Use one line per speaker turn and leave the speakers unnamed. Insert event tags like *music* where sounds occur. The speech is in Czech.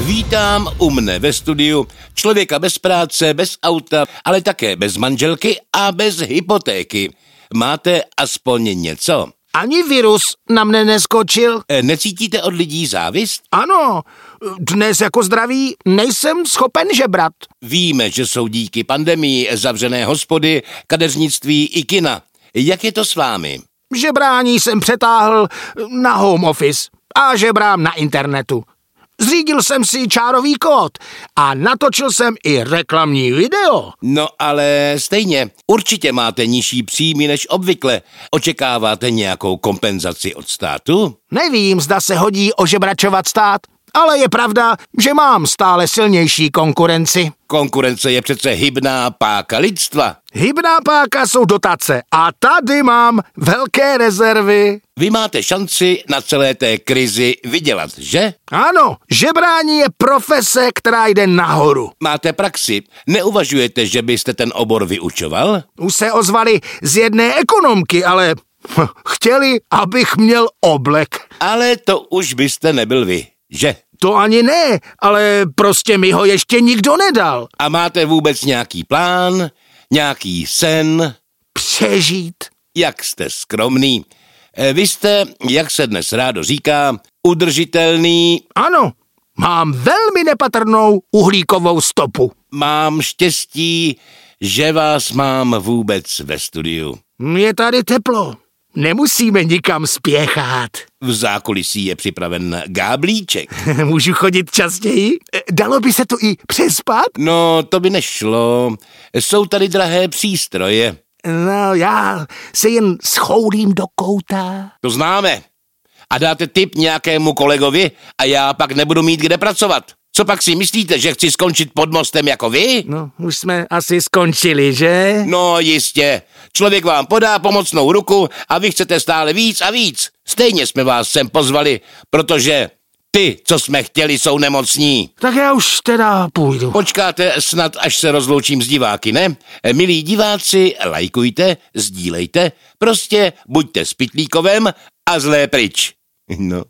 Vítám u mne ve studiu člověka bez práce, bez auta, ale také bez manželky a bez hypotéky. Máte aspoň něco?
Ani virus na mne neskočil.
E, Necítíte od lidí závist?
Ano, dnes jako zdravý nejsem schopen žebrat.
Víme, že jsou díky pandemii zavřené hospody, kadeřnictví i kina. Jak je to s vámi?
Žebrání jsem přetáhl na home office a žebrám na internetu. Zřídil jsem si čárový kód a natočil jsem i reklamní video.
No ale stejně, určitě máte nižší příjmy než obvykle. Očekáváte nějakou kompenzaci od státu?
Nevím, zda se hodí ožebračovat stát, ale je pravda, že mám stále silnější konkurenci.
Konkurence je přece hybná páka lidstva.
Hybná páka jsou dotace a tady mám velké rezervy.
Vy máte šanci na celé té krizi vydělat, že?
Ano, žebrání je profese, která jde nahoru.
Máte praxi. Neuvažujete, že byste ten obor vyučoval?
Už se ozvali z jedné ekonomky, ale *laughs* hm, chtěli, abych měl oblek.
Ale to už byste nebyl vy, že?
To ani ne, ale prostě mi ho ještě nikdo nedal.
A máte vůbec nějaký plán, nějaký sen?
Přežít.
Jak jste skromný. E, Vy jste, jak se dnes rádo říká, udržitelný,
Ano, mám velmi nepatrnou uhlíkovou stopu.
mám štěstí, že vás mám vůbec ve studiu.
Je tady teplo. Nemusíme nikam spěchat. *laughs*
V zákulisí je připraven gáblíček.
Můžu chodit častěji? E, Dalo by se to i přespat?
No, to by nešlo. Jsou tady drahé přístroje.
No, já se jen schoulím do kouta.
To známe. A dáte tip nějakému kolegovi a já pak nebudu mít kde pracovat. Co pak si myslíte, že chci skončit pod mostem jako vy?
No, už jsme asi skončili, že?
No jistě. Člověk vám podá pomocnou ruku a vy chcete stále víc a víc. Stejně jsme vás sem pozvali, protože ty, co jsme chtěli, jsou nemocní.
Tak já už teda půjdu.
Počkáte snad, až se rozloučím s diváky, ne? E, Milí diváci, lajkujte, sdílejte, prostě buďte s pitlíkovem a zlé pryč. No.